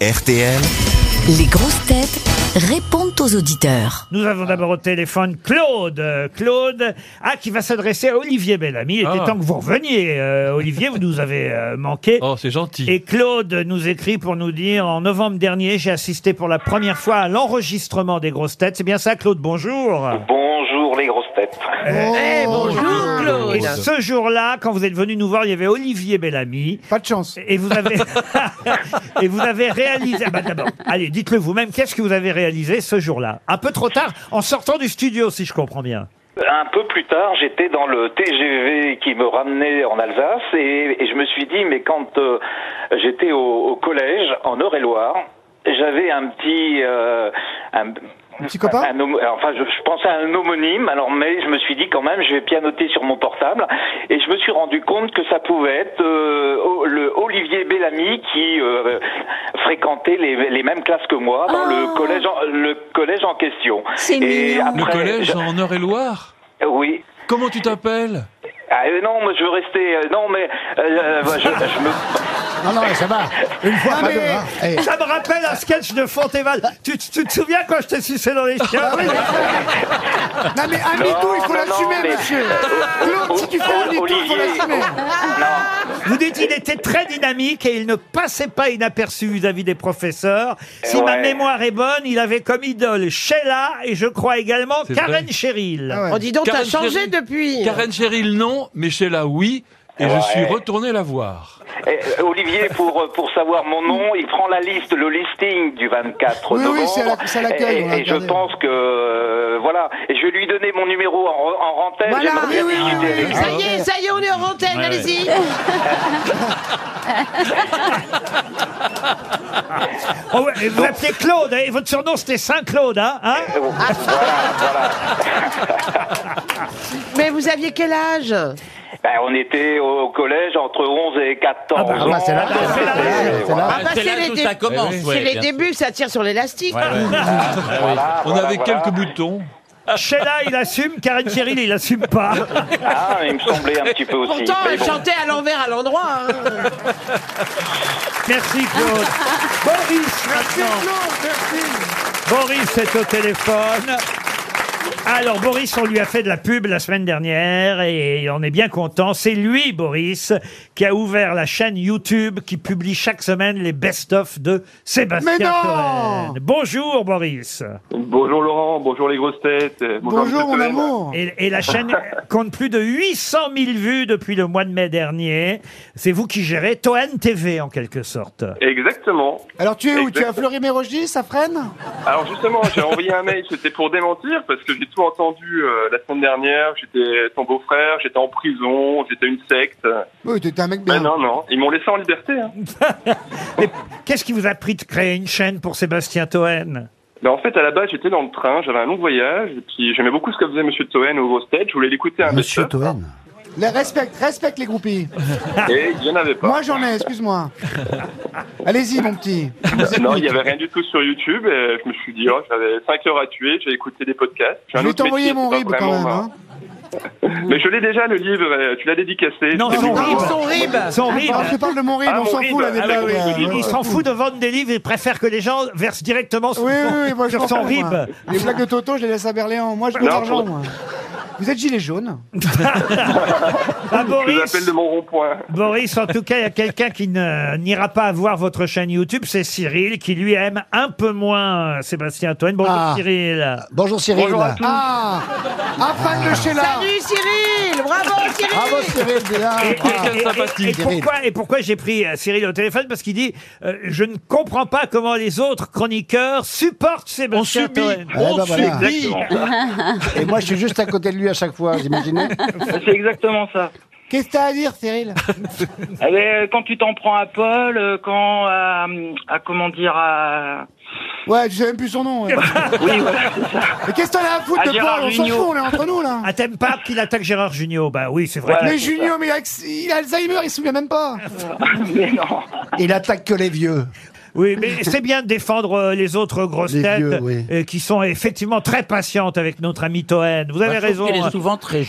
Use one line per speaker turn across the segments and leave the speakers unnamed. RTL.
Les grosses têtes répondent aux auditeurs.
Nous
Ah.
avons d'abord au téléphone Claude. Euh, Claude, ah, qui va s'adresser à Olivier Bellamy. Il était
Ah.
temps que vous reveniez, euh, Olivier, vous nous avez euh, manqué.
Oh, c'est gentil.
Et Claude nous écrit pour nous dire, en novembre dernier, j'ai assisté pour la première fois à l'enregistrement des grosses têtes. C'est bien ça, Claude, bonjour.
Oh,
Bonjour les grosses têtes.
bonjour, Claude. Et ce jour-là, quand vous êtes venu nous voir, il y avait Olivier Bellamy.
Pas de chance.
Et vous avez, et vous avez réalisé, ah bah d'abord, allez, dites-le vous-même, qu'est-ce que vous avez réalisé ce jour-là? Un peu trop tard, en sortant du studio, si je comprends bien.
Un peu plus tard, j'étais dans le TGV qui me ramenait en Alsace et, et je me suis dit, mais quand euh, j'étais au, au collège en Eure-et-Loire, j'avais un petit... euh, un,
petit copain
un homo- Enfin, je, je pensais à un homonyme, alors mais je me suis dit quand même, je vais pianoter sur mon portable et je me suis rendu compte que ça pouvait être euh, o- le Olivier Bellamy qui euh, fréquentait les, les mêmes classes que moi dans le collège en, le collège en question.
Ah. C'est
Et
mignon.
Le
après,
collège
je-
en Eure-et-Loire
Oui.
Comment tu t'appelles
Ah, euh, non, mais je veux rester. euh, non, mais euh, euh, je, je me.
Non, non, ça va. Une fois, pas deux, hein. Eh.
Ça me rappelle un sketch de Fontéval. Tu, te- tu te souviens quand je t'ai sucé dans les chiens
Non, Ah, mais un mytho, il
Ah,
faut
bah non,
l'assumer,
non, mais-
monsieur.
Euh,
Claude, si tu fais un mytho, il faut
Olivier.
l'assumer.
Non.
Vous dites il était très dynamique et il ne passait pas inaperçu vis-à-vis des professeurs. Si ma
Ouais.
mémoire est bonne, il avait comme idole Sheila et je crois également
C'est
Karen
vrai.
Cheryl.
Ah ouais.
Oh, dis donc, t'as
Karen
changé
Cheryl.
depuis.
Karen Cheryl, non, mais Sheila, oui. Et je
Ouais.
suis retourné la voir.
Eh, Olivier, pour, euh, pour savoir mon nom, il prend la liste, le listing du 24
Oui, oui,
novembre.
c'est à la- c'est à l'accueil,
Et-
on
Et,
l'a
je
regardé.
pense que. euh, voilà. Et je vais lui donner mon numéro en, re- en rentaine.
Voilà.
J'aimerais bien
Oui, oui,
discuter avec lui.
Ça y est, ça y est, on est en antenne,
Ouais,
allez-y.
Oh ouais, et vous appelez Claude hein, et votre surnom c'était Saint Claude, hein, hein
Mais vous aviez quel âge
Ah,
Ben, on était au collège entre 11 et 14
bah, ah
ans.
bah, c'est là,
Et
c'est là,
c'est
voilà.
Ah bah,
c'est là
les
tout
dé-
ça
Eh
commence.
c'est
ouais,
les
bien
débuts, ça tire sur l'élastique.
Voilà,
On
voilà,
avait
voilà.
quelques boutons.
Sheila il assume, Karen Cheryl il assume pas.
Ah, il me semblait un petit peu aussi.
Pourtant,
mais
elle
bon.
chantait à l'envers, à l'endroit. hein.
Merci Claude. Boris maintenant. Boris est au téléphone. Alors Boris, on lui a fait de la pub la semaine dernière et on est bien content. C'est lui, Boris, qui a ouvert la chaîne YouTube qui publie chaque semaine les best-of de Sébastien
Mais non
Toen. Bonjour Boris.
Bonjour Laurent, bonjour les grosses têtes. euh,
Bonjour, mon
Monsieur Toen.
amour.
Et, et la chaîne compte plus de 800 000 vues depuis le mois de mai dernier. C'est vous qui gérez Toen TV en quelque sorte.
Exactement.
Alors, tu es où Tu es à
Exactement.
Fleury-Mérogis, ça freine
Alors justement, j'ai envoyé un mail, c'était pour démentir, parce que j'ai tout entendu euh, la semaine dernière. J'étais ton beau-frère, j'étais en prison, j'étais une secte.
Oui, t'es un mec
Mais
bien.
non, non, ils m'ont laissé en liberté. Hein.
Mais Qu'est-ce qui vous a pris de créer une chaîne pour Sébastien Toen
Mais Ben, en fait, à la base, j'étais dans le train, j'avais un long voyage, et puis j'aimais beaucoup ce que faisait Monsieur Toen au grosses têtes. Je voulais l'écouter un Monsieur
Toen. Respecte, respecte les groupies.
Et il n'y en avait pas.
Moi, j'en ai, excuse-moi. Allez-y, mon petit.
non, il n'y avait rien du tout sur YouTube. Et je me suis dit, oh, j'avais 5 heures à tuer, j'ai écouté des podcasts. J'ai
Je
un
vais
autre
t'envoyer
métier,
mon
c'est
rib
pas
quand
vraiment
même.
ma-
hein.
Mais je l'ai déjà le livre, euh, tu l'as dédicacé.
Non,
Je l'ai
son
mis dans-
rib.
Son rib.
Son rib.
Alors, je parle de mon rib,
Ah,
on
mon
s'en
rib,
fout là des
ah, oui,
blagues.
oui,
Il, il
euh,
s'en fout de vendre des livres, il préfère que les gens versent directement sur,
Oui, oui, oui, moi je
sur
m'en
son
fous,
rib.
moi. Les blagues de Toto, je les laisse à Berléand. Moi, je veux
Non,
l'argent,
faut-
moi. Vous êtes gilet jaune
Ah,
Je
Boris,
l'appelle de mon rond-point.
Boris, en tout cas, il y a quelqu'un qui ne- n'ira pas voir votre chaîne YouTube, c'est Cyril, qui lui aime un peu moins euh, Sébastien Toen. Bonjour
Ah.
Cyril.
Bonjour Cyril.
Bonjour à tous.
Ah Un fan de Sheila
Salut Cyril, bravo
Ah,
Cyril.
Bravo Cyril, t'es là.
Et,
Ah,
et- et-
quelle sympathie,
et- et
Cyril.
pourquoi, et pourquoi j'ai pris euh, Cyril au téléphone Parce qu'il dit euh, Je ne comprends pas comment les autres chroniqueurs supportent
On
Sébastien
subit
Toen.
Ah
Eh
On
ben voilà.
subit
Et moi, je suis juste à côté de lui à chaque fois, vous imaginez
C'est exactement ça.
Qu'est-ce que t'as à dire, Cyril
quand tu t'en prends à Paul,
euh,
quand à, comment dire à
Ouais, je sais même plus son nom. ouais. Mais qu'est-ce que t'en as à foutre
À
de
Gérard
Paul On s'en
Jugnot.
fout, on est entre nous, là.
Ah, t'aimes pas qu'il attaque Gérard Junior Bah oui, c'est vrai.
Voilà.
Mais
c'est
Junio, mais il a, il a Alzheimer, il se souvient même pas.
mais non.
Il attaque que les vieux.
Oui, mais c'est bien de défendre euh, les autres grosses
Les
têtes
vieux, oui.
euh, qui sont effectivement très patientes avec notre ami Toen. Vous avez
Moi, je
raison.
trouve qu'elle Bah, est
hein.
souvent très
Et,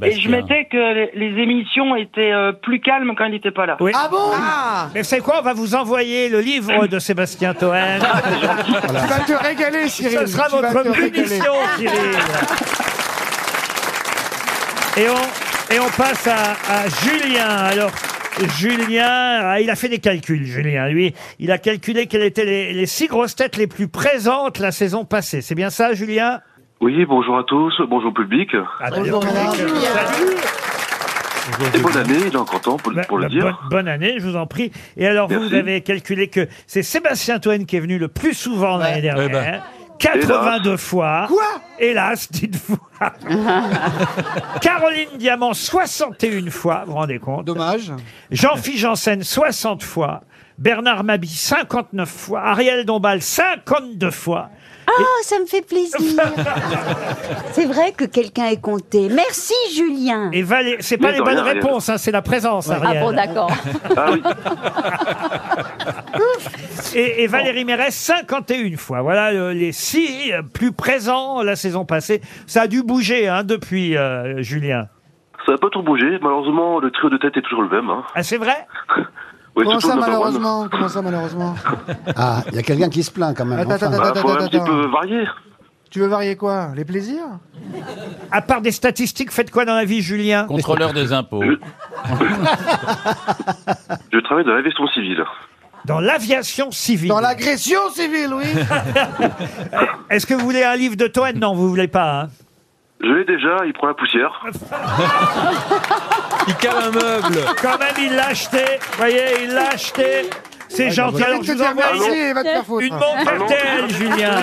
et je mettais que les, les émissions étaient euh, plus calmes quand il n'était pas là.
Oui.
Ah.
Ah.
Mais c'est quoi On va vous envoyer le livre de Sébastien Toen.
Tu vas te régaler, Cyril.
Ce sera
Tu vas
votre
te régaler.
punition, Cyril. Et on, et on passe à, à Julien. Alors, Julien, ah, il a fait des calculs, Julien, lui. Il a calculé quelles étaient les, les six grosses têtes les plus présentes la saison passée. C'est bien ça, Julien Ah,
Oui, bonjour à tous, bonjour public.
Bonjour,
Et bonne année, il est encore temps pour, le- pour le
Bah, bonne,
dire.
bonne année, je vous en prie. Et alors, vous, vous
Merci.
avez calculé que c'est Sébastien Toen qui est venu le plus souvent l'année dernière.
Eh ben.
82 fois. Quoi Hélas, dites-vous. Caroline Diamant, 61 fois, vous vous rendez compte Dommage. Jean-Philippe Janssen, 60 fois. Bernard Mabi, 59 fois. Ariel Dombal, 52 fois.
Ah, ça me fait plaisir. c'est vrai que quelqu'un est compté. Merci, Julien.
Et Valé- c'est pas
Mais
les
de
bonnes
rien, Ariel. Ah
réponses, hein, c'est la présence, Ariel.
d'accord.
Et, et Valérie Mérès, 51 fois. Voilà euh, les six euh, plus présents la saison passée. Ça a dû bouger hein, depuis, euh, Julien.
Ça n'a pas trop bougé, malheureusement, le trio de tête est toujours le même. hein.
Ah, c'est vrai
Oui,
Comment
surtout
ça,
le number one.
malheureusement Comment ça, malheureusement
Ah, il y a quelqu'un qui se plaint quand même.
Attends,
Bah,
attends,
faut
attends,
un petit
attends.
peu varier.
Tu veux varier quoi Les plaisirs
À part des statistiques, faites quoi dans la vie, Julien
Contrôleur des impôts.
Je travaille dans l'aviation civile.
Dans l'aviation civile.
Dans l'agression civile, oui.
Est-ce que vous voulez un livre de Toen Non, vous voulez pas. hein.
Je l'ai déjà, il prend la poussière.
Il cale un meuble. Quand même, il l'a acheté. Vous voyez, il l'a acheté. C'est
Ouais,
gentil.
bah,
Alors,
je
je vous
vais te dire
envoie
merci et va te faire foutre.
une montre
Allô
RTL, Julien.